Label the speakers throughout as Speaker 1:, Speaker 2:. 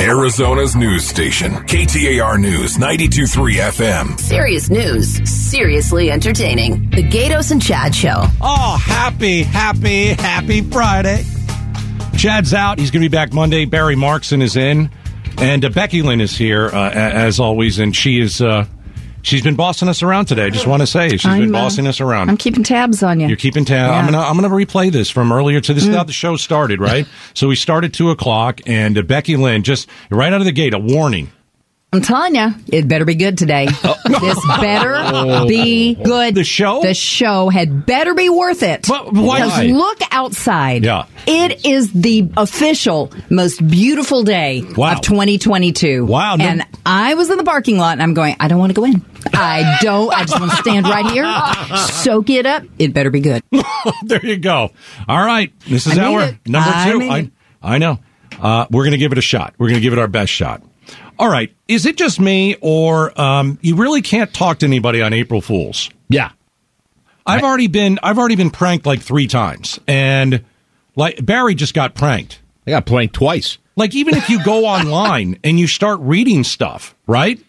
Speaker 1: Arizona's news station, KTAR News 923 FM.
Speaker 2: Serious news, seriously entertaining. The Gatos and Chad Show.
Speaker 3: Oh, happy, happy, happy Friday. Chad's out. He's going to be back Monday. Barry Markson is in. And uh, Becky Lynn is here, uh, a- as always. And she is, uh, she's been bossing us around today. I just want to say, she's been
Speaker 4: I'm, uh,
Speaker 3: bossing us around.
Speaker 4: I'm keeping tabs on you.
Speaker 3: You're keeping tab. I'm
Speaker 4: Yeah. Mm.
Speaker 3: gonna I'm gonna replay this from earlier to this is how the show started, right? so we started two o'clock, and uh, Becky Lynn just right out of the gate a warning.
Speaker 4: I'm telling you, it better be good today. this better be
Speaker 3: Oh.
Speaker 4: good.
Speaker 3: The show?
Speaker 4: The show had better be worth it.
Speaker 3: But why-
Speaker 4: Because look outside.
Speaker 3: Yeah.
Speaker 4: It is the official most beautiful day
Speaker 3: Wow.
Speaker 4: of 2022.
Speaker 3: Wow, no-
Speaker 4: And I was in the parking lot and I'm going, I don't want to go in. I don't. I just want to stand right here, soak it up. It better be good.
Speaker 3: there you go. All right, this is
Speaker 4: I made
Speaker 3: our
Speaker 4: it.
Speaker 3: number
Speaker 4: I
Speaker 3: two.
Speaker 4: made
Speaker 3: I
Speaker 4: it.
Speaker 3: I know. Uh, we're gonna give it a shot. We're gonna give it our best shot. All right. Is it just me, or um, you really can't talk to anybody on April Fools?
Speaker 5: Yeah.
Speaker 3: I've already been I've already been pranked like three times, and like Barry just got pranked.
Speaker 5: I got planked twice.
Speaker 3: Like even if you go online and you start reading stuff, right?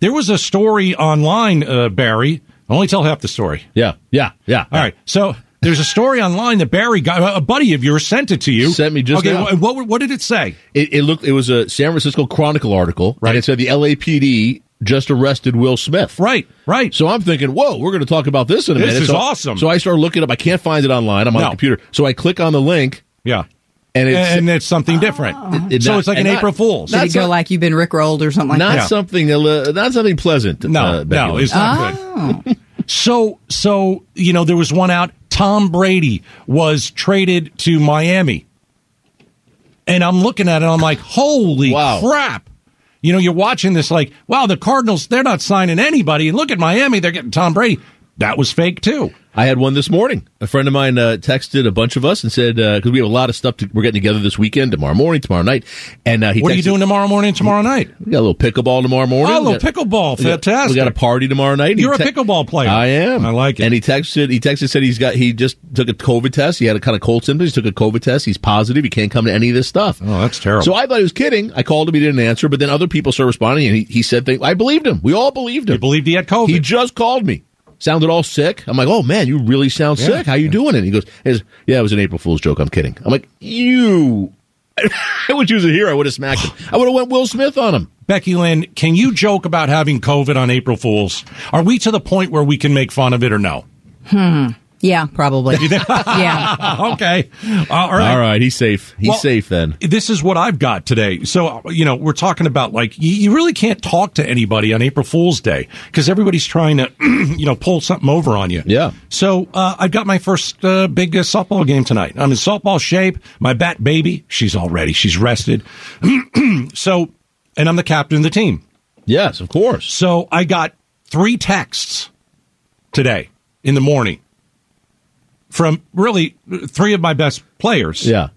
Speaker 3: There was a story online, uh, Barry. I only tell half the story.
Speaker 5: Yeah. Yeah. Yeah.
Speaker 3: All right, so there's a story online that Barry got. A buddy of yours sent it to you.
Speaker 5: Sent me just
Speaker 3: okay.
Speaker 5: now.
Speaker 3: wh- What what did it say?
Speaker 5: It, it looked. It was a San Francisco Chronicle article, right? It said the LAPD just arrested Will Smith.
Speaker 3: Right, right.
Speaker 5: So I'm thinking, whoa, we're going to talk about this in a
Speaker 3: This
Speaker 5: minute.
Speaker 3: is
Speaker 5: so,
Speaker 3: awesome.
Speaker 5: So I start looking up. I can't find it online. I'm on
Speaker 3: No.
Speaker 5: the computer. So I click on the link,
Speaker 3: yeah, and,
Speaker 5: and it's Oh.
Speaker 3: it's something different.
Speaker 5: it-
Speaker 3: so
Speaker 5: not-
Speaker 3: it's like an
Speaker 5: and not-
Speaker 3: April Fool's.
Speaker 4: Did
Speaker 5: Not
Speaker 4: it go
Speaker 5: so-
Speaker 4: like you've been rickrolled or something like
Speaker 5: not
Speaker 3: Yeah.
Speaker 5: something. uh, Not something pleasant.
Speaker 3: No,
Speaker 5: uh, Becky
Speaker 3: no,
Speaker 5: Lynn.
Speaker 3: it's not good. So, so you know, there was one out. Tom Brady was traded to Miami, and I'm looking at it. I'm like, holy
Speaker 5: Wow.
Speaker 3: crap! You know, you're watching this like, wow, the Cardinals—they're not signing anybody. And look at Miami—they're getting Tom Brady. That was fake too.
Speaker 5: I had one this morning. A friend of mine uh, texted a bunch of us and said because we have a lot of stuff to, we're getting together this weekend, tomorrow morning, tomorrow night, and uh, he.
Speaker 3: What are you
Speaker 5: texted-
Speaker 3: doing tomorrow morning? and Tomorrow night?
Speaker 5: We got a little pickleball tomorrow morning.
Speaker 3: Oh, a
Speaker 5: We
Speaker 3: little
Speaker 5: got-
Speaker 3: pickleball,
Speaker 5: we got-
Speaker 3: fantastic.
Speaker 5: We got a party tomorrow night. He
Speaker 3: You're a pickleball player.
Speaker 5: I am.
Speaker 3: I like it.
Speaker 5: And he texted. He texted said he's got. He just took a COVID test. He had a kind of cold symptoms. He took a COVID test. He's positive. He can't come to any of this stuff.
Speaker 3: Oh, that's terrible.
Speaker 5: So I thought he was kidding. I called him. He didn't answer. But then other people started responding, and he, he said things. I believed him. We all believed him.
Speaker 3: You believed he had COVID.
Speaker 5: He just called me. Sounded all sick. I'm like, oh man, you really sound sick. How you doing? And he goes, "Is- yeah, it was an April Fool's joke. I'm kidding. I'm like, you. I wish he was here. I would have smacked him. I would have went Will Smith on him.
Speaker 3: Becky Lynn, can you joke about having COVID on April Fools? Are we to the point where we can make fun of it or no?
Speaker 4: Yeah, probably. yeah.
Speaker 3: okay. Uh, all right.
Speaker 5: All right, he's safe. He's
Speaker 3: Well,
Speaker 5: safe then.
Speaker 3: This is what I've got today. So, you know, we're talking about like, you, you really can't talk to anybody on April Fool's Day because everybody's trying to, you know, pull something over on you.
Speaker 5: Yeah.
Speaker 3: So, uh, I've got my first uh, big uh, softball game tonight. I'm in softball shape. My bat baby, she's all ready. She's rested. so, and I'm the captain of the team.
Speaker 5: Yes, of course.
Speaker 3: So I got three texts today in the morning from really three of my best players.
Speaker 5: Yeah. Uh.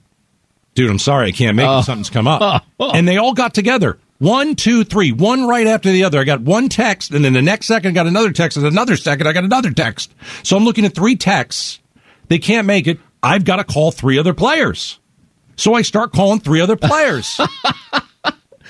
Speaker 3: Dude, I'm sorry I can't make it. Something's come up.
Speaker 5: Oh.
Speaker 3: And they all got together. One, two, three, one right after the other. I got one text, and then the next second I got another text, and another second I got another text. So I'm looking at three texts. They can't make it. I've got to call three other players. So I start calling three other players.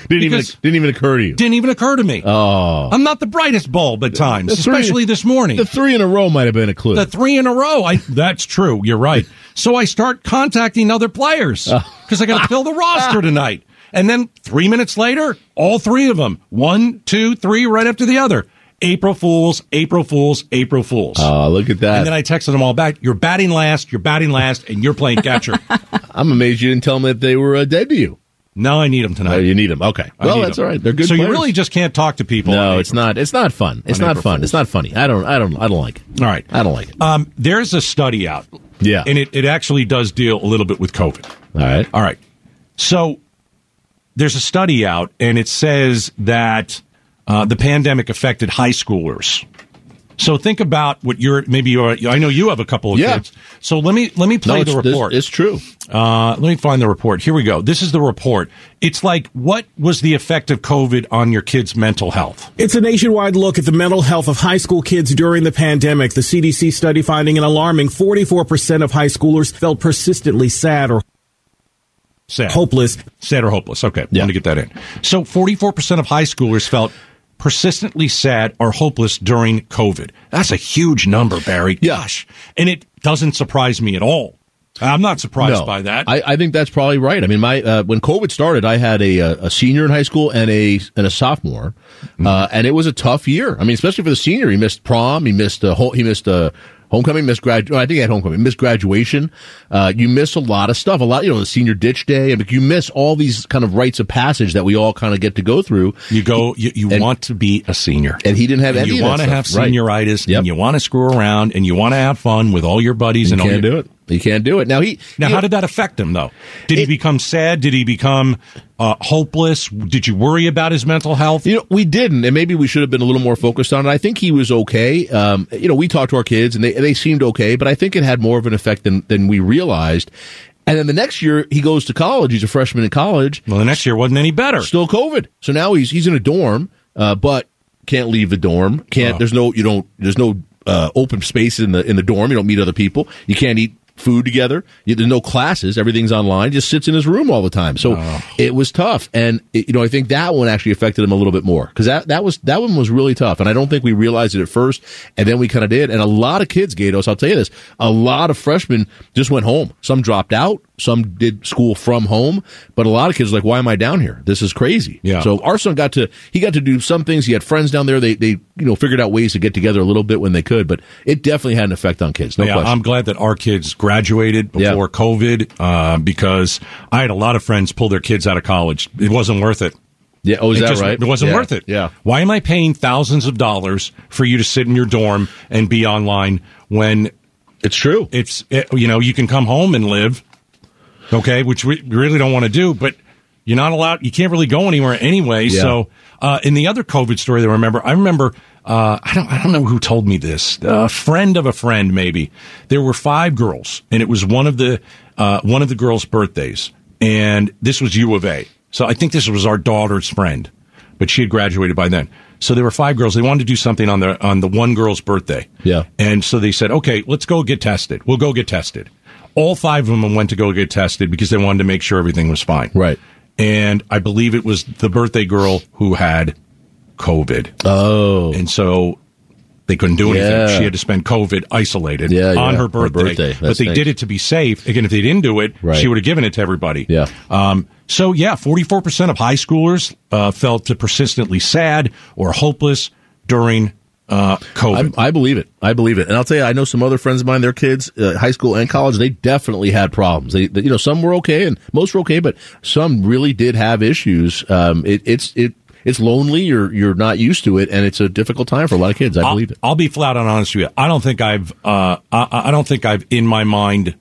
Speaker 5: Didn't even
Speaker 3: Because-
Speaker 5: didn't even occur to you.
Speaker 3: Didn't even occur to me. Oh. I'm not the brightest bulb at times,
Speaker 5: three-
Speaker 3: especially this morning.
Speaker 5: The three in a row might have been a clue.
Speaker 3: the three in a row. I that's true. You're right. So I start contacting other players
Speaker 5: Uh.
Speaker 3: because I got to fill the roster tonight. And then three minutes later, all three of them, one, two, three, right after the other. April Fools, April Fools, April Fools.
Speaker 5: oh, look at
Speaker 3: and
Speaker 5: that.
Speaker 3: then I texted them all back. You're batting last. You're batting last, and you're playing catcher.
Speaker 5: I'm amazed you didn't tell them that they were uh, dead to you.
Speaker 3: now I need them tonight.
Speaker 5: Oh, you need them. Okay.
Speaker 3: I
Speaker 5: Well,
Speaker 3: need
Speaker 5: that's
Speaker 3: 'em.
Speaker 5: all right. They're good
Speaker 3: So you
Speaker 5: players.
Speaker 3: really just can't talk to people.
Speaker 5: No,
Speaker 3: on
Speaker 5: it's
Speaker 3: April
Speaker 5: not. It's not fun. It's
Speaker 3: On
Speaker 5: not
Speaker 3: April
Speaker 5: fun.
Speaker 3: Fools.
Speaker 5: It's not funny. I don't I don't I don't like it.
Speaker 3: All right.
Speaker 5: I don't like it.
Speaker 3: Um, there's a study out.
Speaker 5: Yeah.
Speaker 3: And it, it actually does deal a little bit with COVID.
Speaker 5: All right.
Speaker 3: All right. So there's a study out, and it says that uh, the pandemic affected high schoolers. So think about what you're maybe you're. I know you have a couple of
Speaker 5: Yeah.
Speaker 3: kids. So let me let me play
Speaker 5: No,
Speaker 3: the
Speaker 5: it's, this-
Speaker 3: report.
Speaker 5: it's true.
Speaker 3: Uh, let me find the report. Here we go. This is the report. It's like what was the effect of COVID on your kids' mental health?
Speaker 6: It's a nationwide look at the mental health of high school kids during the pandemic. The CDC study finding an alarming 44% of high schoolers felt persistently sad or
Speaker 3: Sad.
Speaker 6: hopeless.
Speaker 3: sad or hopeless. Okay,
Speaker 5: Yeah.
Speaker 3: want to get that in. So, 44% of high schoolers felt persistently sad or hopeless during COVID. That's a huge number, Barry.
Speaker 5: Yeah.
Speaker 3: Gosh. And it doesn't surprise me at all. I'm not surprised
Speaker 5: No,
Speaker 3: by that.
Speaker 5: I, I think that's probably right. I mean, my uh, when COVID started, I had a, uh, a senior in high school and a and a sophomore,
Speaker 3: Mm-hmm.
Speaker 5: uh, and it was a tough year. I mean, especially for the senior, he missed prom, he missed uh, ho- he missed uh, homecoming, missed grad. oh, I think he had homecoming, he missed graduation. Uh, you miss a lot of stuff, a lot. You know, the senior ditch day. I mean, you miss all these kind of rites of passage that we all kind of get to go through.
Speaker 3: you go, you, you want to be a senior.
Speaker 5: And he didn't have
Speaker 3: And
Speaker 5: any.
Speaker 3: you
Speaker 5: of that
Speaker 3: want to have
Speaker 5: stuff. Right.
Speaker 3: senioritis
Speaker 5: Yep.
Speaker 3: and you want to screw around and you want to have fun with all your buddies
Speaker 5: You
Speaker 3: and all
Speaker 5: can't
Speaker 3: your,
Speaker 5: do it. You can't do it. Now he
Speaker 3: Now,
Speaker 5: he-
Speaker 3: how did that affect him, though? Did he
Speaker 5: It-
Speaker 3: become sad? Did he become uh, hopeless? Did you worry about his mental health?
Speaker 5: You know, we didn't, and maybe we should have been a little more focused on it. I think he was okay. Um, you know, we talked to our kids, and they they seemed okay, but I think it had more of an effect than than we realized. And then the next year, he goes to college. He's a freshman in college.
Speaker 3: Well, the next year wasn't any better.
Speaker 5: Still COVID, so now he's he's in a dorm, uh, but can't leave the dorm. Can't. There's no you don't. There's no uh, open space in the in the dorm. You don't meet other people. You can't eat food together. You, there's no classes. Everything's online. He just sits in his room all the time. So it was tough, and it, you know I think that one actually affected him a little bit more because that that was that one was really tough, and I don't think we realized it at first, and then we kind of did. And a lot of kids, Gatos, I'll tell you this, a lot of freshmen just went home. Some dropped out. Some did school from home, but a lot of kids were like, why am I down here? This is crazy.
Speaker 3: Yeah.
Speaker 5: So our son got to he got to do some things. He had friends down there. They they you know figured out ways to get together a little bit when they could, but it definitely had an effect on kids. No
Speaker 3: yeah, um,
Speaker 5: question.
Speaker 3: I'm glad that our kids graduated before
Speaker 5: Yeah.
Speaker 3: COVID uh, because I had a lot of friends pull their kids out of college. It wasn't worth it.
Speaker 5: yeah. Oh, is
Speaker 3: it
Speaker 5: that
Speaker 3: just-
Speaker 5: right?
Speaker 3: It wasn't
Speaker 5: Yeah.
Speaker 3: worth it.
Speaker 5: Yeah.
Speaker 3: Why am I paying thousands of dollars for you to sit in your dorm and be online when
Speaker 5: It's true.
Speaker 3: it's it, you know you can come home and live, okay, which we really don't want to do, but you're not allowed. You can't really go anywhere anyway.
Speaker 5: Yeah.
Speaker 3: So uh, in the other COVID story that I remember, I remember uh, I don't I don't know who told me this. A friend of a friend, maybe. There were five girls, and it was one of the uh, one of the girls' birthdays, and this was U of A. So I think this was our daughter's friend, but she had graduated by then. So there were five girls. They wanted to do something on the on the one girl's birthday.
Speaker 5: Yeah.
Speaker 3: And so they said, okay, let's go get tested. We'll go get tested. All five of them went to go get tested because they wanted to make sure everything was fine.
Speaker 5: Right.
Speaker 3: And I believe it was the birthday girl who had COVID. Oh. And so they couldn't do anything.
Speaker 5: Yeah.
Speaker 3: She had to spend COVID isolated
Speaker 5: Yeah,
Speaker 3: on
Speaker 5: yeah,
Speaker 3: her
Speaker 5: her
Speaker 3: birthday.
Speaker 5: birthday.
Speaker 3: But
Speaker 5: That's
Speaker 3: they
Speaker 5: nice.
Speaker 3: did it to be safe. Again, if they didn't do it,
Speaker 5: Right.
Speaker 3: she would have given it to everybody.
Speaker 5: Yeah.
Speaker 3: Um, so, yeah, 44% of high schoolers uh, felt persistently sad or hopeless during uh, COVID.
Speaker 5: I, I believe it. I believe it. And I'll tell you, I know some other friends of mine, their kids, uh, high school and college, they definitely had problems. They, they- you know, some were okay and most were okay, but some really did have issues. Um, it, it's, it, it's lonely. You're, you're not used to it. And it's a difficult time for a lot of kids. I
Speaker 3: I'll,
Speaker 5: believe it.
Speaker 3: I'll be flat out honest with you. I don't think I've uh, I, I don't think I've in my mind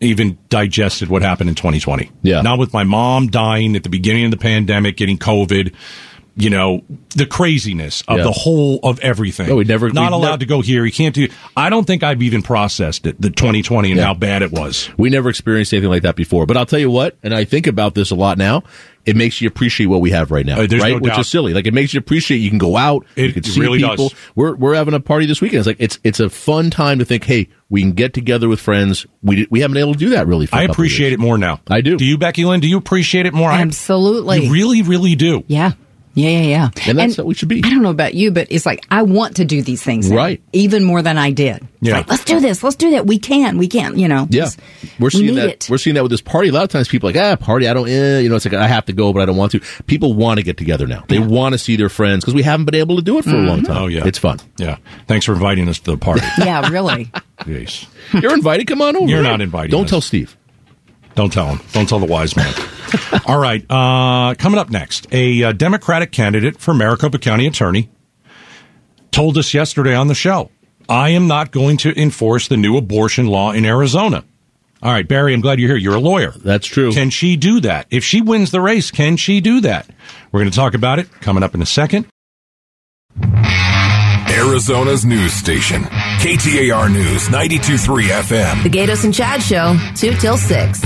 Speaker 3: even digested what happened in 2020.
Speaker 5: Yeah.
Speaker 3: Not with my mom dying at the beginning of the pandemic, getting COVID. You know the craziness of
Speaker 5: Yeah.
Speaker 3: the whole of everything.
Speaker 5: No, we never-
Speaker 3: not
Speaker 5: we
Speaker 3: allowed
Speaker 5: never-
Speaker 3: to go here. You can't do. I don't think I've even processed it. The 2020 and
Speaker 5: Yeah.
Speaker 3: how bad it was.
Speaker 5: We never experienced anything like that before. But I'll tell you what, and I think about this a lot now. It makes you appreciate what we have right now,
Speaker 3: Uh, there's
Speaker 5: right?
Speaker 3: no
Speaker 5: Which
Speaker 3: doubt.
Speaker 5: is silly. Like it makes you appreciate you can go out,
Speaker 3: It
Speaker 5: you can see
Speaker 3: really does.
Speaker 5: people. We're we're having a party this weekend. It's like it's it's a fun time to think. Hey, we can get together with friends. We di- we haven't been able to do that really. For
Speaker 3: I appreciate it more now.
Speaker 5: I do.
Speaker 3: Do you, Becky Lynn? Do you appreciate it more? I-
Speaker 4: Absolutely.
Speaker 3: You really, really do.
Speaker 4: Yeah. Yeah, yeah, yeah.
Speaker 5: And that's what we should be.
Speaker 4: I don't know about you, but it's like I want to do these things, now,
Speaker 5: Right.
Speaker 4: Even more than I did. It's
Speaker 3: Yeah.
Speaker 4: like, let's do this. Let's do that. We can. We can. You know.
Speaker 5: Yeah,
Speaker 4: It's-
Speaker 5: we're seeing
Speaker 4: need
Speaker 5: that.
Speaker 4: it.
Speaker 5: We're seeing that with this party. A lot of times, people are like ah party. I don't. Eh, you know, it's like I have to go, but I don't want to. People want to get together now. They want to see their friends because we haven't been able to do it for a long
Speaker 4: Mm-hmm.
Speaker 5: time.
Speaker 3: Oh yeah.
Speaker 5: it's fun.
Speaker 3: Yeah. Thanks for inviting us to the party.
Speaker 4: yeah, really.
Speaker 3: Jeez.
Speaker 5: You're invited. Come on over.
Speaker 3: You're not inviting
Speaker 5: Don't
Speaker 3: us.
Speaker 5: tell Steve.
Speaker 3: Don't tell him. Don't tell the wise man. All right. Uh, coming up next, a uh, Democratic candidate for Maricopa County Attorney told us yesterday on the show I am not going to enforce the new abortion law in Arizona. All right, Barry, I'm glad you're here. You're a lawyer.
Speaker 5: That's true.
Speaker 3: Can she do that? If she wins the race, can she do that? We're going to talk about it coming up in a second.
Speaker 1: Arizona's news station. KTAR News 923 FM.
Speaker 2: The Gatos and Chad Show, 2 till 6.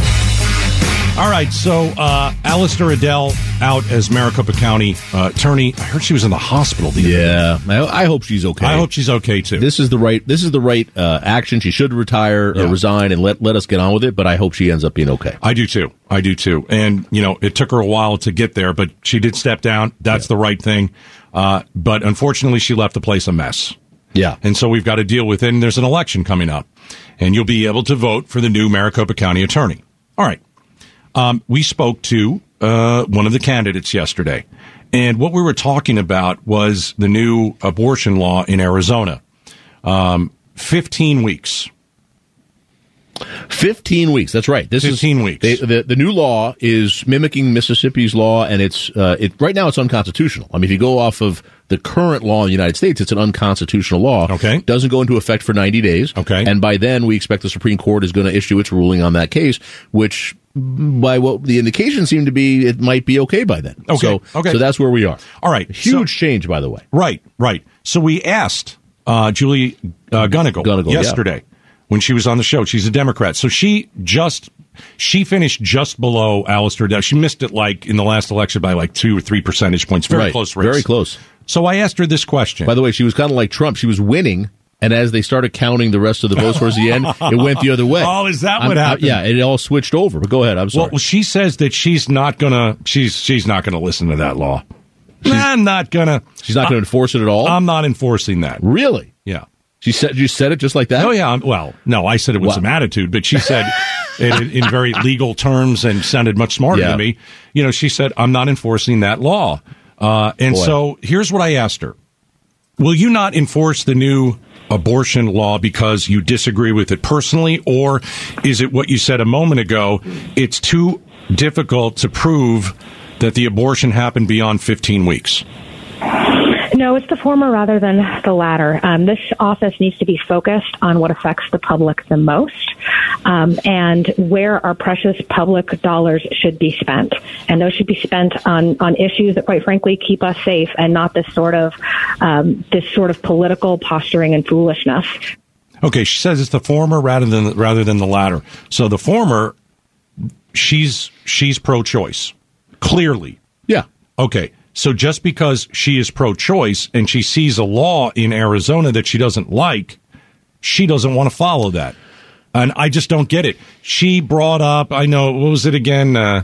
Speaker 3: All right, so uh, Alistair Adele out as Maricopa County uh, attorney. I heard she was in the hospital the other
Speaker 5: Yeah, I, I hope she's okay.
Speaker 3: I hope she's okay too.
Speaker 5: this is the right this is the right uh, action. She should retire
Speaker 3: Yeah.
Speaker 5: or resign and let let us get on with it. But I hope she ends up being okay.
Speaker 3: I do too. I do too. And you know, it took her a while to get there, but she did step down. That's the right thing. Uh, but unfortunately, she left the place a mess.
Speaker 5: Yeah,
Speaker 3: And so we've got to deal with it. And there's an election coming up, and you'll be able to vote for the new Maricopa County attorney. All right. Um, we spoke to uh, one of the candidates yesterday, and what we were talking about was the new abortion law in Arizona. Um, 15 weeks.
Speaker 5: fifteen weeks. That's right. This
Speaker 3: 15
Speaker 5: is
Speaker 3: weeks.
Speaker 5: They, the the new law is mimicking Mississippi's law, and it's uh, it right now it's unconstitutional. I mean, if you go off of the current law in the United States, it's an unconstitutional law.
Speaker 3: Okay.
Speaker 5: doesn't go into effect for ninety days.
Speaker 3: Okay.
Speaker 5: and by then we expect the Supreme Court is going to issue its ruling on that case, which. By what the indications seem to be, it might be okay by then.
Speaker 3: Okay,
Speaker 5: So,
Speaker 3: okay.
Speaker 5: so that's where we are.
Speaker 3: All right, so-
Speaker 5: Huge change, by the way.
Speaker 3: Right, right. So we asked uh, Julie uh, Gunnigal,
Speaker 5: Gunnigal, yeah.
Speaker 3: yesterday when she was on the show. She's a Democrat, so she just she finished just below Alistair. Dow. She missed it like in the last election by like two or three percentage points. Very
Speaker 5: Right.
Speaker 3: close race.
Speaker 5: Very close.
Speaker 3: So I asked her this question.
Speaker 5: By the way, she was kind of like Trump. She was winning, and as they started counting the rest of the votes towards the end, it went the other way.
Speaker 3: Oh, is that what
Speaker 5: I'm- I-
Speaker 3: happened?
Speaker 5: yeah, it all switched over. But go ahead. I'm sorry.
Speaker 3: well, she says that she's not gonna she's she's not gonna listen to that law. I'm not gonna.
Speaker 5: She's not
Speaker 3: uh,
Speaker 5: going to enforce it at all.
Speaker 3: I'm not enforcing that.
Speaker 5: really?
Speaker 3: Yeah.
Speaker 5: She said you said it just like that.
Speaker 3: Oh yeah. I'm, well, no, I said it with
Speaker 5: Wow.
Speaker 3: some attitude, but she said it in, in very legal terms and sounded much smarter
Speaker 5: Yeah.
Speaker 3: to me. You know, she said, "I'm not enforcing that law." Uh, and
Speaker 5: Boy.
Speaker 3: so here's what I asked her: Will you not enforce the new abortion law because you disagree with it personally, or is it what you said a moment ago? It's too difficult to prove that the abortion happened beyond 15 weeks.
Speaker 7: No, it's the former rather than the latter. Um, this office needs to be focused on what affects the public the most um, and where our precious public dollars should be spent. And those should be spent on, on issues that, quite frankly, keep us safe and not this sort of um, this sort of political posturing and foolishness.
Speaker 3: Okay, she says it's the former rather than rather than the latter. So the former, she's she's pro-choice, clearly.
Speaker 5: Yeah.
Speaker 3: Okay, so just because she is pro-choice and she sees a law in Arizona that she doesn't like, she doesn't want to follow that, and I just don't get it. She brought up, I know, what was it again? Uh,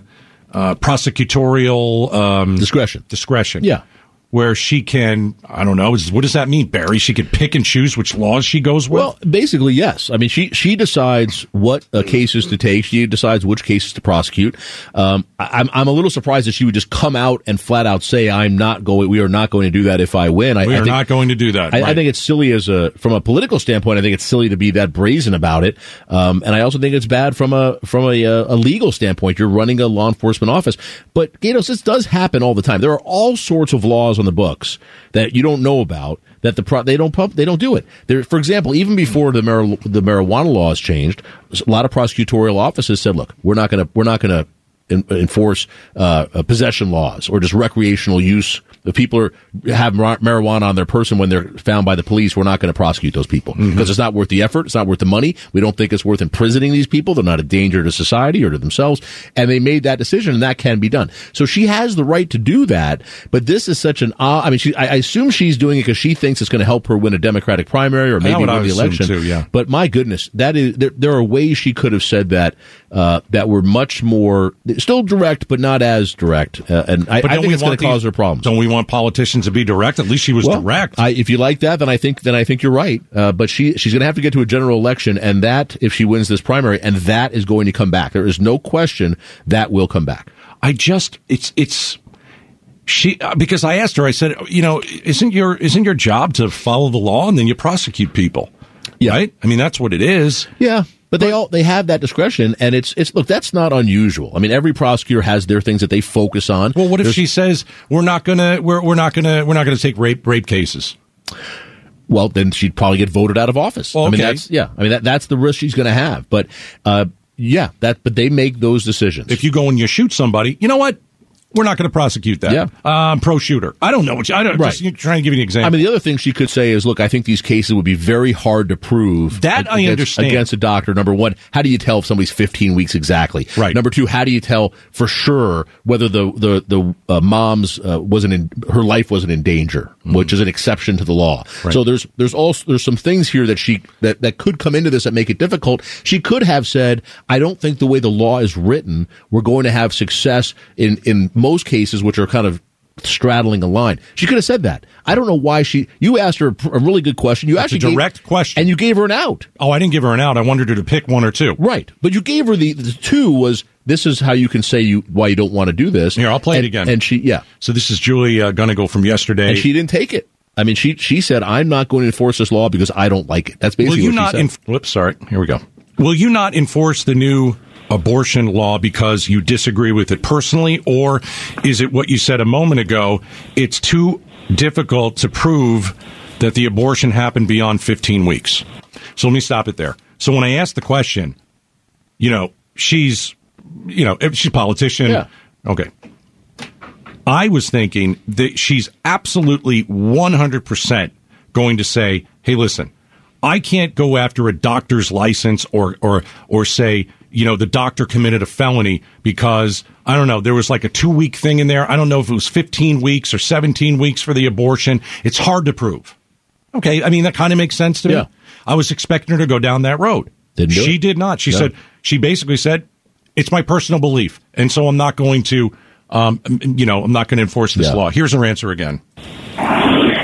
Speaker 3: uh, prosecutorial um,
Speaker 5: mm, Discretion.
Speaker 3: discretion.
Speaker 5: Yeah.
Speaker 3: Where she can, I don't know, is- what does that mean, Barry? She could pick and choose which laws she goes with.
Speaker 5: Well, basically, yes. I mean, she she decides what uh, cases to take. She decides which cases to prosecute. Um, I, I'm I'm a little surprised that she would just come out and flat out say, "I'm not going. We are not going to do that if I win." I,
Speaker 3: We are
Speaker 5: I think-
Speaker 3: not going to do that.
Speaker 5: I, I
Speaker 3: right.
Speaker 5: think it's silly as a from a political standpoint. I think it's silly to be that brazen about it, um, and I also think it's bad from a from a, uh, a legal standpoint. You're running a law enforcement office, but Gatos, this does happen all the time. There are all sorts of laws on the books that you don't know about that the pro- they don't pump they don't do it. There, for example, even before the mar- the marijuana laws changed, a lot of prosecutorial offices said, "Look, we're not going to we're not going to." en- enforce uh, uh, possession laws or just recreational use. If people are have mar- marijuana on their person when they're found by the police, we're not going to prosecute those people
Speaker 3: Mm-hmm.
Speaker 5: because it's not worth the effort. It's not worth the money. We don't think it's worth imprisoning these people. They're not a danger to society or to themselves. And they made that decision, and that can be done. So she has the right to do that. But this is such an odd. I mean, she, I, I assume she's doing it because she thinks it's going to help her win a Democratic primary or maybe
Speaker 3: would
Speaker 5: win
Speaker 3: I
Speaker 5: the
Speaker 3: assume
Speaker 5: election.
Speaker 3: too, yeah.
Speaker 5: But my goodness, that is there, there are ways she could have said that uh, that were much more still direct, but not as direct. Uh, and I, I
Speaker 3: don't
Speaker 5: think
Speaker 3: we
Speaker 5: it's going
Speaker 3: want
Speaker 5: to cause
Speaker 3: these-
Speaker 5: her problems.
Speaker 3: Don't we want politicians to be direct? At least she was
Speaker 5: Well,
Speaker 3: direct.
Speaker 5: I, if you like that, then I think then I think you're right. Uh, but she she's going to have to get to a general election, and that if she wins this primary, and that is going to come back. There is no question that will come back.
Speaker 3: I just it's it's she uh, because I asked her. I said, you know, isn't your isn't your job to follow the law and then you prosecute people?
Speaker 5: Yeah.
Speaker 3: Right. I mean, that's what it is.
Speaker 5: Yeah, but they all they have that discretion, and it's it's look that's not unusual. I mean, every prosecutor has their things that they focus on.
Speaker 3: Well, what if
Speaker 5: There's-
Speaker 3: she says we're not gonna we're we're not gonna we're not gonna take rape rape cases?
Speaker 5: well, then she'd probably get voted out of office.
Speaker 3: Oh,
Speaker 5: I mean,
Speaker 3: okay.
Speaker 5: that's yeah. I mean, that, that's the risk she's going to have. But uh, yeah, that. But they make those decisions.
Speaker 3: If you go and you shoot somebody, you know what? We're not going to prosecute that.
Speaker 5: Yeah.
Speaker 3: Um, pro shooter. I don't know what you, I don't,
Speaker 5: Right.
Speaker 3: just trying to give you an example.
Speaker 5: I mean, the other thing she could say is, "Look, I think these cases would be very hard to prove."
Speaker 3: That I
Speaker 5: against-
Speaker 3: understand.
Speaker 5: against a doctor. Number one, how do you tell if somebody's 15 weeks exactly?
Speaker 3: Right.
Speaker 5: Number two, how do you tell for sure whether the the the uh, mom's uh, wasn't in her life wasn't in danger,
Speaker 3: Mm.
Speaker 5: which is an exception to the law. So there's there's also there's some things here that she that that could come into this that make it difficult. She could have said, "I don't think the way the law is written, we're going to have success in in most cases, which are kind of." straddling a line. She could have said that. I don't know why she. You asked her a pr- a really good question. You
Speaker 3: a
Speaker 5: actually gave-
Speaker 3: direct question.
Speaker 5: and you gave her an out.
Speaker 3: oh, I didn't give her an out. I wanted her to pick one or two.
Speaker 5: Right, but you gave her the, the two was this is how you can say you why you don't want to do this.
Speaker 3: Here, I'll play it
Speaker 5: And-
Speaker 3: again.
Speaker 5: And she, yeah,
Speaker 3: So this is Julie uh, Gunnigal from yesterday.
Speaker 5: and she didn't take it. I mean, she she said, "I'm not going to enforce this law because I don't like it." That's
Speaker 3: Will
Speaker 5: basically
Speaker 3: you
Speaker 5: what
Speaker 3: not?
Speaker 5: she said.
Speaker 3: En- whoops, sorry. Here we go. Will you not enforce the new abortion law because you disagree with it personally, or is it what you said a moment ago? It's too difficult to prove that the abortion happened beyond 15 weeks. So let me stop it there. So when I asked the question, you know, she's, you know, if she's a politician.
Speaker 5: Yeah.
Speaker 3: Okay. I was thinking that she's absolutely 100% going to say, hey, listen, I can't go after a doctor's license or, or, or say, you know, the doctor committed a felony because, I don't know, there was like a two week thing in there. I don't know if it was 15 weeks or 17 weeks for the abortion. It's hard to prove. Okay. I mean, that kind of makes sense to
Speaker 5: Yeah.
Speaker 3: me. I was expecting her to go down that road.
Speaker 5: Didn't do
Speaker 3: she
Speaker 5: it.
Speaker 3: did not. She
Speaker 5: No.
Speaker 3: said, she basically said, it's my personal belief. And so I'm not going to, um, you know, I'm not going to enforce this
Speaker 5: Yeah.
Speaker 3: law. Here's her answer again.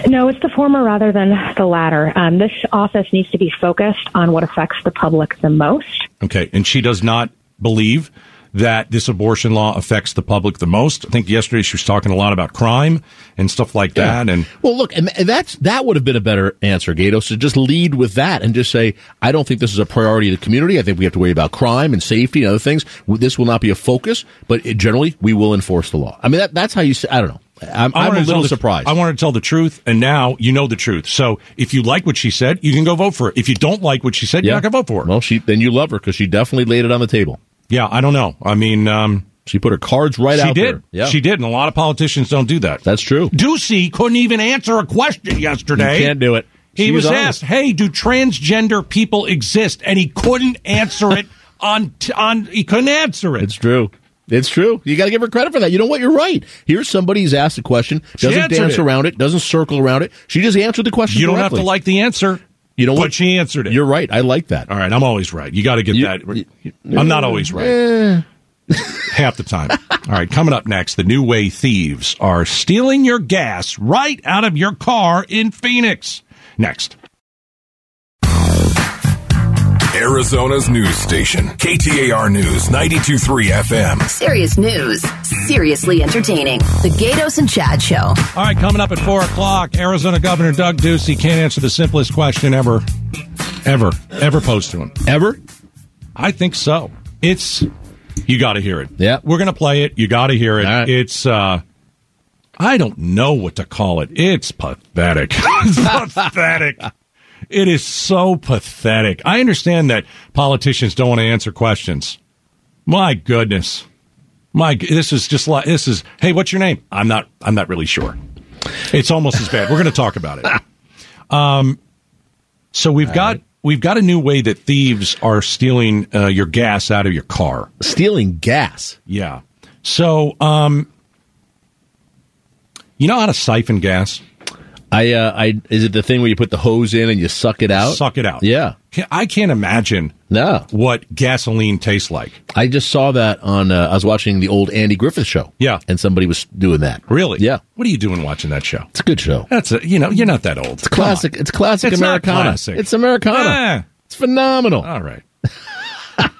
Speaker 7: No, it's the former rather than the latter. Um, this office needs to be focused on what affects the public the most.
Speaker 3: Okay. And she does not believe that this abortion law affects the public the most. I think yesterday she was talking a lot about crime and stuff like
Speaker 5: Yeah.
Speaker 3: that. And
Speaker 5: well, look, and and that's that would have been a better answer, Gato. So just lead with that and just say, I don't think this is a priority of the community. I think we have to worry about crime and safety and other things. This will not be a focus, but it, generally we will enforce the law. I mean, that, that's how you. say I don't know. I'm,
Speaker 3: I
Speaker 5: I'm
Speaker 3: wanted to tell
Speaker 5: a little
Speaker 3: the-
Speaker 5: surprised.
Speaker 3: I wanted to tell the truth, and now you know the truth. So if you like what she said, you can go vote for it. If you don't like what she said, you're not going to vote for it.
Speaker 5: Well, she then you love her because she definitely laid it on the table.
Speaker 3: yeah, I don't know. I mean, um,
Speaker 5: She put her cards right
Speaker 3: she
Speaker 5: out
Speaker 3: did.
Speaker 5: there. Yeah,
Speaker 3: She did, and a lot of politicians don't do that.
Speaker 5: That's true.
Speaker 3: Ducey couldn't even answer a question yesterday.
Speaker 5: You can't do it.
Speaker 3: He
Speaker 5: She
Speaker 3: was,
Speaker 5: was
Speaker 3: asked,
Speaker 5: honest.
Speaker 3: "Hey, do transgender people exist?" And he couldn't answer it on t- on. He couldn't answer it.
Speaker 5: It's true. It's true. You got to give her credit for that. You know what? You're right. Here's somebody who's asked a question, doesn't
Speaker 3: answered
Speaker 5: dance
Speaker 3: it.
Speaker 5: around it, doesn't circle around it. She just answered the question.
Speaker 3: you don't have
Speaker 5: directly.
Speaker 3: to like the answer.
Speaker 5: You know
Speaker 3: but
Speaker 5: what?
Speaker 3: she answered it.
Speaker 5: You're right. I like that.
Speaker 3: All right, I'm always right. You got to get
Speaker 5: You-
Speaker 3: that. I'm not always right. Half the time. All right, coming up next, the new way thieves are stealing your gas right out of your car in Phoenix. Next.
Speaker 1: Arizona's news station, KTAR News 923 FM.
Speaker 2: Serious news, seriously entertaining. The Gatos and Chad Show.
Speaker 3: All right, coming up at 4 o'clock, Arizona Governor Doug Ducey can't answer the simplest question ever, ever, ever posed to him.
Speaker 5: Ever?
Speaker 3: I think so. It's, you got to hear it.
Speaker 5: Yeah.
Speaker 3: We're going to play it. You got to hear it.
Speaker 5: All right.
Speaker 3: It's, uh, I don't know what to call it. It's pathetic. it's pathetic. It is so pathetic. I understand that politicians don't want to answer questions. My goodness. My, g- this is just like, this is, hey, what's your name? I'm not, I'm not really sure. It's almost as bad. We're going to talk about it. Um, so we've got, we've got a new way that thieves are stealing uh, your gas out of your car.
Speaker 5: Stealing gas.
Speaker 3: Yeah. So, um, you know how to siphon gas?
Speaker 5: I, uh, I, is it the thing where you put the hose in and you suck it out?
Speaker 3: Suck it out.
Speaker 5: Yeah.
Speaker 3: Ca- I can't imagine
Speaker 5: No.
Speaker 3: what gasoline tastes like.
Speaker 5: I just saw that on, uh, I was watching the old Andy Griffith show.
Speaker 3: Yeah.
Speaker 5: And somebody was doing that.
Speaker 3: Really?
Speaker 5: Yeah.
Speaker 3: What are you doing watching that show?
Speaker 5: It's a good show.
Speaker 3: That's a, you know, you're not that old. It's
Speaker 5: Classic. It's classic
Speaker 3: It's not
Speaker 5: Americana.
Speaker 3: classic.
Speaker 5: It's
Speaker 3: Ah.
Speaker 5: Americana. It's phenomenal.
Speaker 3: All right. um,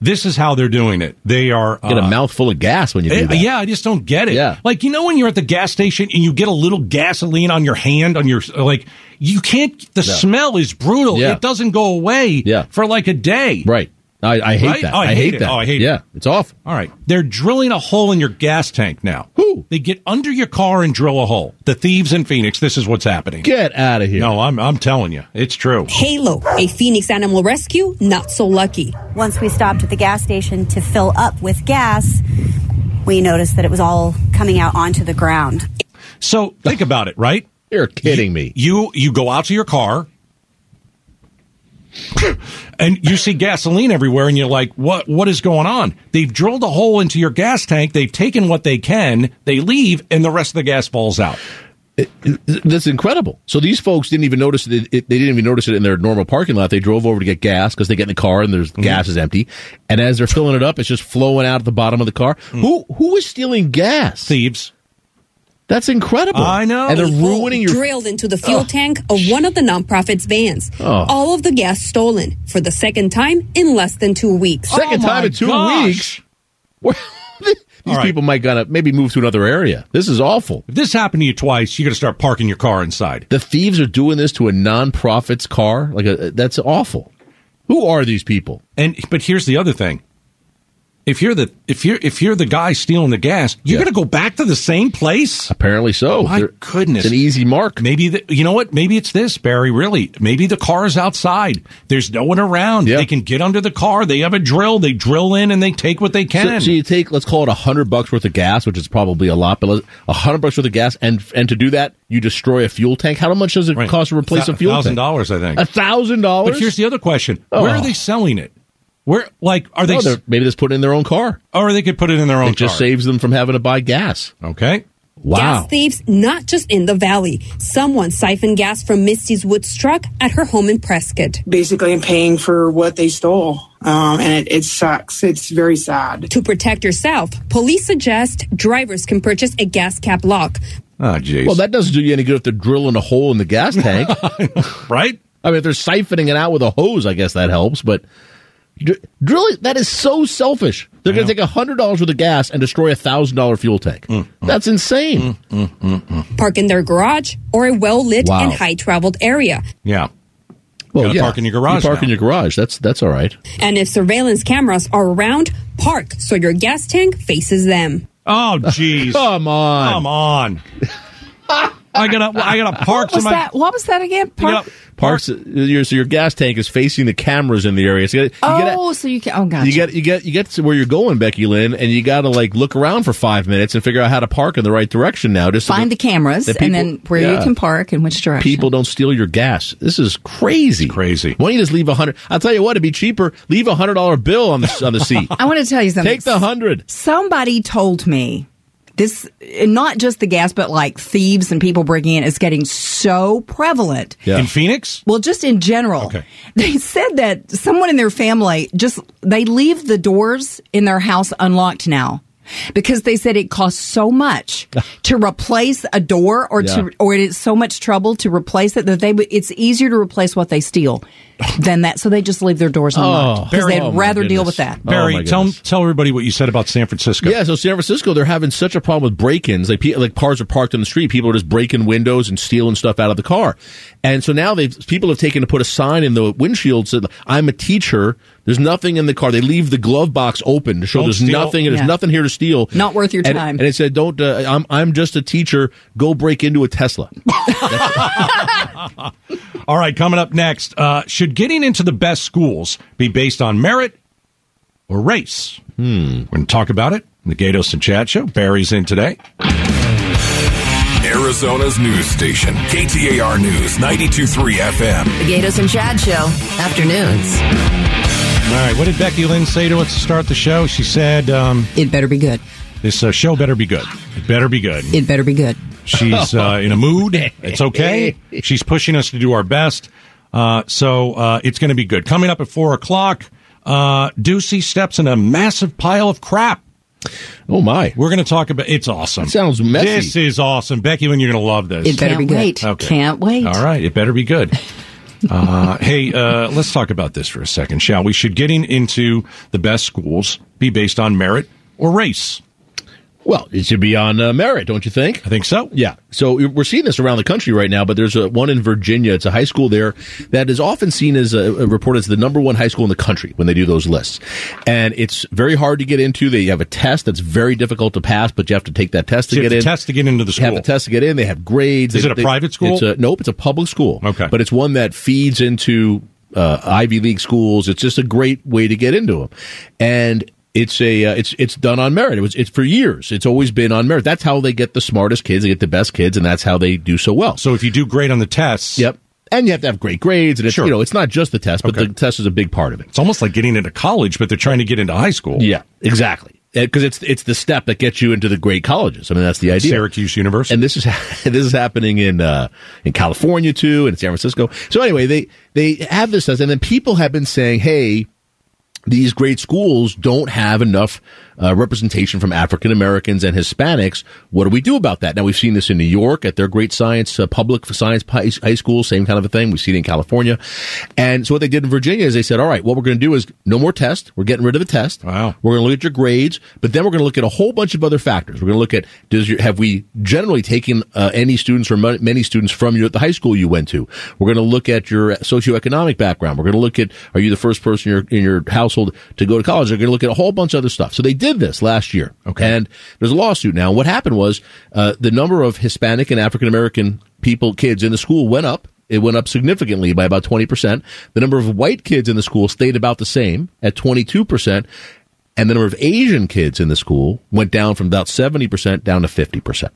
Speaker 3: this is how they're doing it. They are
Speaker 5: Get
Speaker 3: uh,
Speaker 5: a mouthful of gas when you do
Speaker 3: Eh,
Speaker 5: that.
Speaker 3: yeah, I just don't get it.
Speaker 5: Yeah.
Speaker 3: Like, you know, when you're at the gas station and you get a little gasoline on your hand, on your, uh, like, you can't, the smell is brutal.
Speaker 5: Yeah.
Speaker 3: It doesn't go away
Speaker 5: Yeah.
Speaker 3: for like a day.
Speaker 5: Right. I, I hate
Speaker 3: Right?
Speaker 5: that.
Speaker 3: Oh, I
Speaker 5: I,
Speaker 3: hate
Speaker 5: hate,
Speaker 3: it.
Speaker 5: that.
Speaker 3: Oh, I hate
Speaker 5: yeah,
Speaker 3: it.
Speaker 5: it's awful.
Speaker 3: All right. They're drilling a hole in your gas tank now.
Speaker 5: Who?
Speaker 3: They get under your car and drill a hole. The thieves in Phoenix, this is what's happening.
Speaker 5: Get out of here.
Speaker 3: no, I'm, I'm telling you, it's true.
Speaker 8: Halo, a Phoenix animal rescue, not so lucky.
Speaker 9: Once we stopped at the gas station to fill up with gas, we noticed that it was all coming out onto the ground.
Speaker 3: So think about it, right?
Speaker 5: You're kidding me.
Speaker 3: You you go out to your car and you see gasoline everywhere and you're like, "What what is going on?" They've drilled a hole into your gas tank, they've taken what they can, they leave and the rest of the gas falls out.
Speaker 5: That's incredible. So these folks didn't even notice it. it- They didn't even notice it in their normal parking lot. They drove over to get gas because they get in the car and there's
Speaker 3: Mm-hmm.
Speaker 5: gas is empty. And as they're filling it up, it's just flowing out at the bottom of the car.
Speaker 3: Mm.
Speaker 5: Who who is stealing gas?
Speaker 3: Thieves.
Speaker 5: That's incredible.
Speaker 3: I know.
Speaker 5: And they're
Speaker 8: a hole
Speaker 5: ruining your. Oh.
Speaker 8: drilled into the fuel tank of one of the nonprofit's vans. All of the gas stolen for the second time in less than two weeks.
Speaker 5: Second
Speaker 3: Oh
Speaker 5: time
Speaker 3: my
Speaker 5: in two
Speaker 3: gosh.
Speaker 5: weeks. Where- these
Speaker 3: All right.
Speaker 5: people might gotta maybe move to another area. This is awful.
Speaker 3: If this happened to you twice, you got to start parking your car inside.
Speaker 5: The thieves are doing this to a nonprofit's car. Like a, that's awful. Who are these people?
Speaker 3: And but here's the other thing. If you're the if you're if you're the guy stealing the gas, you
Speaker 5: Yeah.
Speaker 3: got to go back to the same place.
Speaker 5: Apparently so.
Speaker 3: My goodness.
Speaker 5: it's an easy mark.
Speaker 3: Maybe the, you know what? Maybe it's this, Barry. Really, maybe the car's outside. There's no one around.
Speaker 5: Yeah.
Speaker 3: They can get under the car. They have a drill. They drill in and they take what they
Speaker 5: So,
Speaker 3: can.
Speaker 5: so you take, let's call it a hundred bucks worth of gas, which is probably a lot, but a hundred bucks worth of gas, and and to do that, you destroy a fuel tank. How much does it
Speaker 3: Right.
Speaker 5: cost to replace
Speaker 3: Thou-
Speaker 5: a fuel
Speaker 3: thousand
Speaker 5: tank?
Speaker 3: dollars, I think.
Speaker 5: A thousand
Speaker 3: But
Speaker 5: dollars.
Speaker 3: here's the other question: Where
Speaker 5: Oh.
Speaker 3: are they selling it? Where, like, are they?
Speaker 5: Oh, they're- maybe just put it in their own car.
Speaker 3: or they could put it in their own
Speaker 5: It just
Speaker 3: car.
Speaker 5: saves them from having to buy gas.
Speaker 3: okay.
Speaker 5: Wow.
Speaker 8: Gas thieves not just in the valley. Someone siphoned gas from Misty's Woods truck at her home in Prescott.
Speaker 10: basically I'm paying for what they stole. Um, and it, it sucks. It's very sad.
Speaker 8: To protect yourself, police suggest drivers can purchase a gas cap lock.
Speaker 3: Oh, jeez.
Speaker 5: Well, that doesn't do you any good if they're drilling a hole in the gas tank.
Speaker 3: right.
Speaker 5: I mean, if they're siphoning it out with a hose, I guess that helps. But dr- drilling that is so selfish. They're going to take hundred dollars worth of gas and destroy a thousand dollar fuel tank.
Speaker 3: Mm.
Speaker 5: That's insane.
Speaker 8: Park in their garage or a well lit
Speaker 5: Wow.
Speaker 8: and high traveled area.
Speaker 3: Yeah. gotta park in your garage
Speaker 5: You park
Speaker 3: now.
Speaker 5: in your garage. That's that's all right.
Speaker 8: And if surveillance cameras are around, park so your gas tank faces them.
Speaker 3: Oh, jeez.
Speaker 5: Come on.
Speaker 3: Come on. I gotta. I gotta park.
Speaker 4: What was
Speaker 3: my,
Speaker 4: that? What was that again?
Speaker 3: I
Speaker 4: Park-
Speaker 3: gotta-
Speaker 5: Parks. uh, Your, so your gas tank is facing the cameras in the area. So you get, you get-
Speaker 4: oh, so you can. Oh, gotcha.
Speaker 5: you get you get you get to where you're going, Becky Lynn, and you got to like look around for five minutes and figure out how to park in the right direction now. Just so
Speaker 4: Find the
Speaker 5: that
Speaker 4: cameras
Speaker 5: people-
Speaker 4: and then where you
Speaker 5: yeah.
Speaker 4: can park and which direction.
Speaker 5: People don't steal your gas. This is crazy.
Speaker 3: crazy.
Speaker 5: Why don't you just leave a hundred? I'll tell you what, it'd be cheaper. Leave a hundred dollar bill on the on the seat.
Speaker 4: I want to tell you something.
Speaker 5: Take the hundred.
Speaker 4: Somebody told me this, and not just the gas, but like thieves and people breaking in is getting so prevalent.
Speaker 5: Yeah.
Speaker 3: In Phoenix.
Speaker 4: Well, just in general,
Speaker 3: Okay.
Speaker 4: they said that someone in their family just they leave the doors in their house unlocked now because they said it costs so much to replace a door or
Speaker 5: Yeah.
Speaker 4: to or it is so much trouble to replace it that they would- it's easier to replace what they steal than that so they just leave their doors unlocked because
Speaker 5: Barry,
Speaker 4: they'd
Speaker 5: oh my
Speaker 4: rather deal with
Speaker 5: goodness.
Speaker 4: that.
Speaker 5: Oh,
Speaker 3: Barry,
Speaker 5: my
Speaker 3: tell
Speaker 5: goodness.
Speaker 3: tell everybody what you said about San Francisco.
Speaker 5: Yeah, so San Francisco, they're having such a problem with break-ins. Like, pe- like cars are parked on the street, people are just breaking windows and stealing stuff out of the car. And so now they've people have taken to put a sign in the windshield said, "I'm a teacher." There's nothing in the car. They leave the glove box open to show
Speaker 3: Don't
Speaker 5: there's
Speaker 3: steal.
Speaker 5: nothing. There's
Speaker 4: Yeah.
Speaker 5: nothing here to steal.
Speaker 4: Not worth your
Speaker 5: And-
Speaker 4: time.
Speaker 5: And it said, "Don't. Uh, I'm I'm just a teacher. Go break into a Tesla."
Speaker 3: All right, coming up next, uh, should getting into the best schools be based on merit or race? Hmm. We're going to talk about it in the Gatos and Chad Show. Barry's in today.
Speaker 1: Arizona's news station, KTAR News 923 FM.
Speaker 2: The Gatos and Chad Show. Afternoons.
Speaker 3: All right, what did Becky Lynn say to us to start the show? She said, um,
Speaker 4: It better be good.
Speaker 3: "This uh, show better be good. It better be good."
Speaker 4: It better be good.
Speaker 3: She's uh, in a mood. It's okay. She's pushing us to do our best. Uh, so uh, it's going to be good. Coming up at four o'clock, uh, Ducey steps in a massive pile of crap.
Speaker 5: oh my!
Speaker 3: We're going to talk about. It's awesome.
Speaker 5: sounds messy.
Speaker 3: This is awesome, Becky. When you're going to love this.
Speaker 4: It better
Speaker 2: Can't
Speaker 4: be good.
Speaker 2: wait.
Speaker 3: Okay.
Speaker 4: Can't wait.
Speaker 3: All right, it better be good. Uh, hey, uh, let's talk about this for a second, shall we? Should getting into the best schools be based on merit or race?
Speaker 5: Well, it should be on uh, merit, don't you think?
Speaker 3: I think so.
Speaker 5: Yeah. So we're seeing this around the country right now, but there's a, one in Virginia. It's a high school there that is often seen as a, a reported as the number one high school in the country when they do those lists. And it's very hard to get into. They have a test that's very difficult to pass, but you have to take that test to
Speaker 3: You have
Speaker 5: get
Speaker 3: to
Speaker 5: in.
Speaker 3: test to get into the
Speaker 5: You have
Speaker 3: school.
Speaker 5: a test to get in. They have grades.
Speaker 3: Is
Speaker 5: They-
Speaker 3: it a
Speaker 5: they-
Speaker 3: private school?
Speaker 5: It's a, nope, it's a public school.
Speaker 3: Okay.
Speaker 5: But it's one that feeds into uh, Ivy League schools. It's just a great way to get into them. And It's a uh, it's it's done on merit. It was it's for years. It's always been on merit. That's how they get the smartest kids. They get the best kids, and that's how they do so well.
Speaker 3: So if you do great on the tests,
Speaker 5: yep, and you have to have great grades, and it's,
Speaker 3: Sure.
Speaker 5: you know it's not just the test, but the test is a big part of it.
Speaker 3: It's almost like getting into college, but they're trying to get into high school.
Speaker 5: Yeah, exactly. Because it's it's the step that gets you into the great colleges. I mean, that's the idea.
Speaker 3: Syracuse University,
Speaker 5: and this is this is happening in uh, in California too, and in San Francisco. So anyway, they they have this, and then people have been saying, "Hey, these great schools don't have enough uh, representation from African Americans and Hispanics. What do we do about that? Now we've seen this in New York at their great science uh, public science high high school, same kind of a thing. We've seen it in California, and so what they did in Virginia is they said, "All right, what we're going to do is no more test. We're getting rid of the test. Wow. We're going to look at your grades, but then we're going to look at a whole bunch of other factors. We're going to look at does your, have we generally taken uh, any students or mon- many students from your the high school you went to? We're going to look at your socioeconomic background. We're going to look at are you the first person in your, in your household to go to college? They're going to look at a whole bunch of other stuff. So they did this last year. Okay. And there's a lawsuit now. What happened was uh, the number of Hispanic and African American people, kids in the school went up. It went up significantly by about 20%. The number of white kids in the school stayed about the same at 22%. And the number of Asian kids in the school went down from about 70% down to 50%.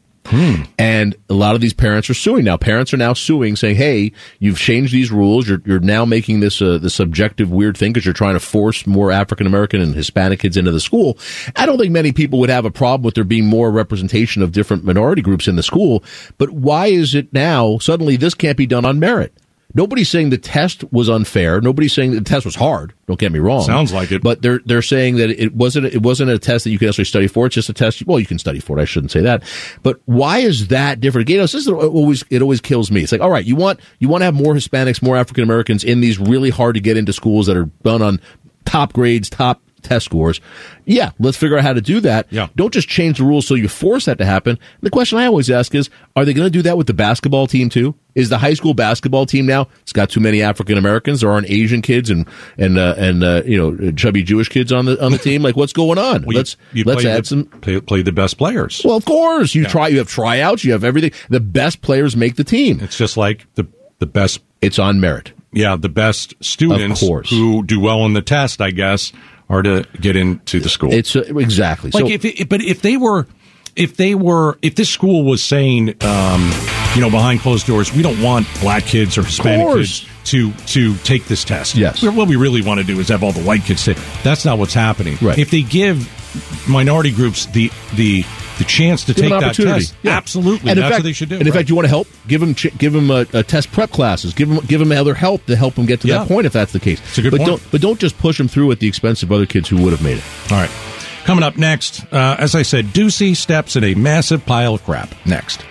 Speaker 5: And a lot of these parents are suing now. Parents are now suing, saying, "Hey, you've changed these rules. You're, you're now making this uh, this subjective weird thing because you're trying to force more African American and Hispanic kids into the school." I don't think many people would have a problem with there being more representation of different minority groups in the school, but why is it now suddenly this can't be done on merit? Nobody's saying the test was unfair. Nobody's saying the test was hard. Don't get me wrong.
Speaker 3: Sounds like it.
Speaker 5: But they're they're saying that it wasn't it wasn't a test that you can actually study for. It's just a test. Well, you can study for it. I shouldn't say that. But why is that different? Gatos, this is what always it always kills me. It's like all right, you want you want to have more Hispanics, more African Americans in these really hard to get into schools that are done on top grades, top test scores. Yeah, let's figure out how to do that.
Speaker 3: Yeah.
Speaker 5: Don't just change the rules so you force that to happen. The question I always ask is, are they going to do that with the basketball team too? Is the high school basketball team now? It's got too many African Americans. There aren't Asian kids and and uh, and uh, you know chubby Jewish kids on the on the team. Like what's going on?
Speaker 3: Well, you-
Speaker 5: let's
Speaker 3: you
Speaker 5: let's
Speaker 3: play
Speaker 5: add
Speaker 3: the,
Speaker 5: some.
Speaker 3: play, play the best players.
Speaker 5: Well, of course you
Speaker 3: Yeah.
Speaker 5: try. You have tryouts. You have everything. The best players make the team.
Speaker 3: It's just like the the best
Speaker 5: It's on merit.
Speaker 3: yeah, the best students
Speaker 5: Of course.
Speaker 3: who do well on the test, I guess, are to get into the school.
Speaker 5: It's uh, exactly
Speaker 3: like
Speaker 5: so.
Speaker 3: if it, but if they were if they were if this school was saying um, you know behind closed doors we don't want black kids or hispanic
Speaker 5: course.
Speaker 3: kids to to take this test
Speaker 5: Yes.
Speaker 3: We- what we really want to do is have all the white kids take that's not what's happening
Speaker 5: Right.
Speaker 3: if they give minority groups the the the chance to
Speaker 5: Give
Speaker 3: take
Speaker 5: them an
Speaker 3: that
Speaker 5: opportunity.
Speaker 3: test
Speaker 5: Yeah.
Speaker 3: absolutely
Speaker 5: And in
Speaker 3: that's
Speaker 5: fact-
Speaker 3: what they should do
Speaker 5: And in
Speaker 3: right.
Speaker 5: fact, you want to help? Give them give them uh, uh, test prep classes. Give them give them other help to help them get to
Speaker 3: Yeah.
Speaker 5: that point if that's the case.
Speaker 3: It's a good
Speaker 5: but
Speaker 3: point.
Speaker 5: don't but don't just push them through at the expense of other kids who would have made it.
Speaker 3: all right coming up next uh, as i said Ducey steps in a massive pile of crap next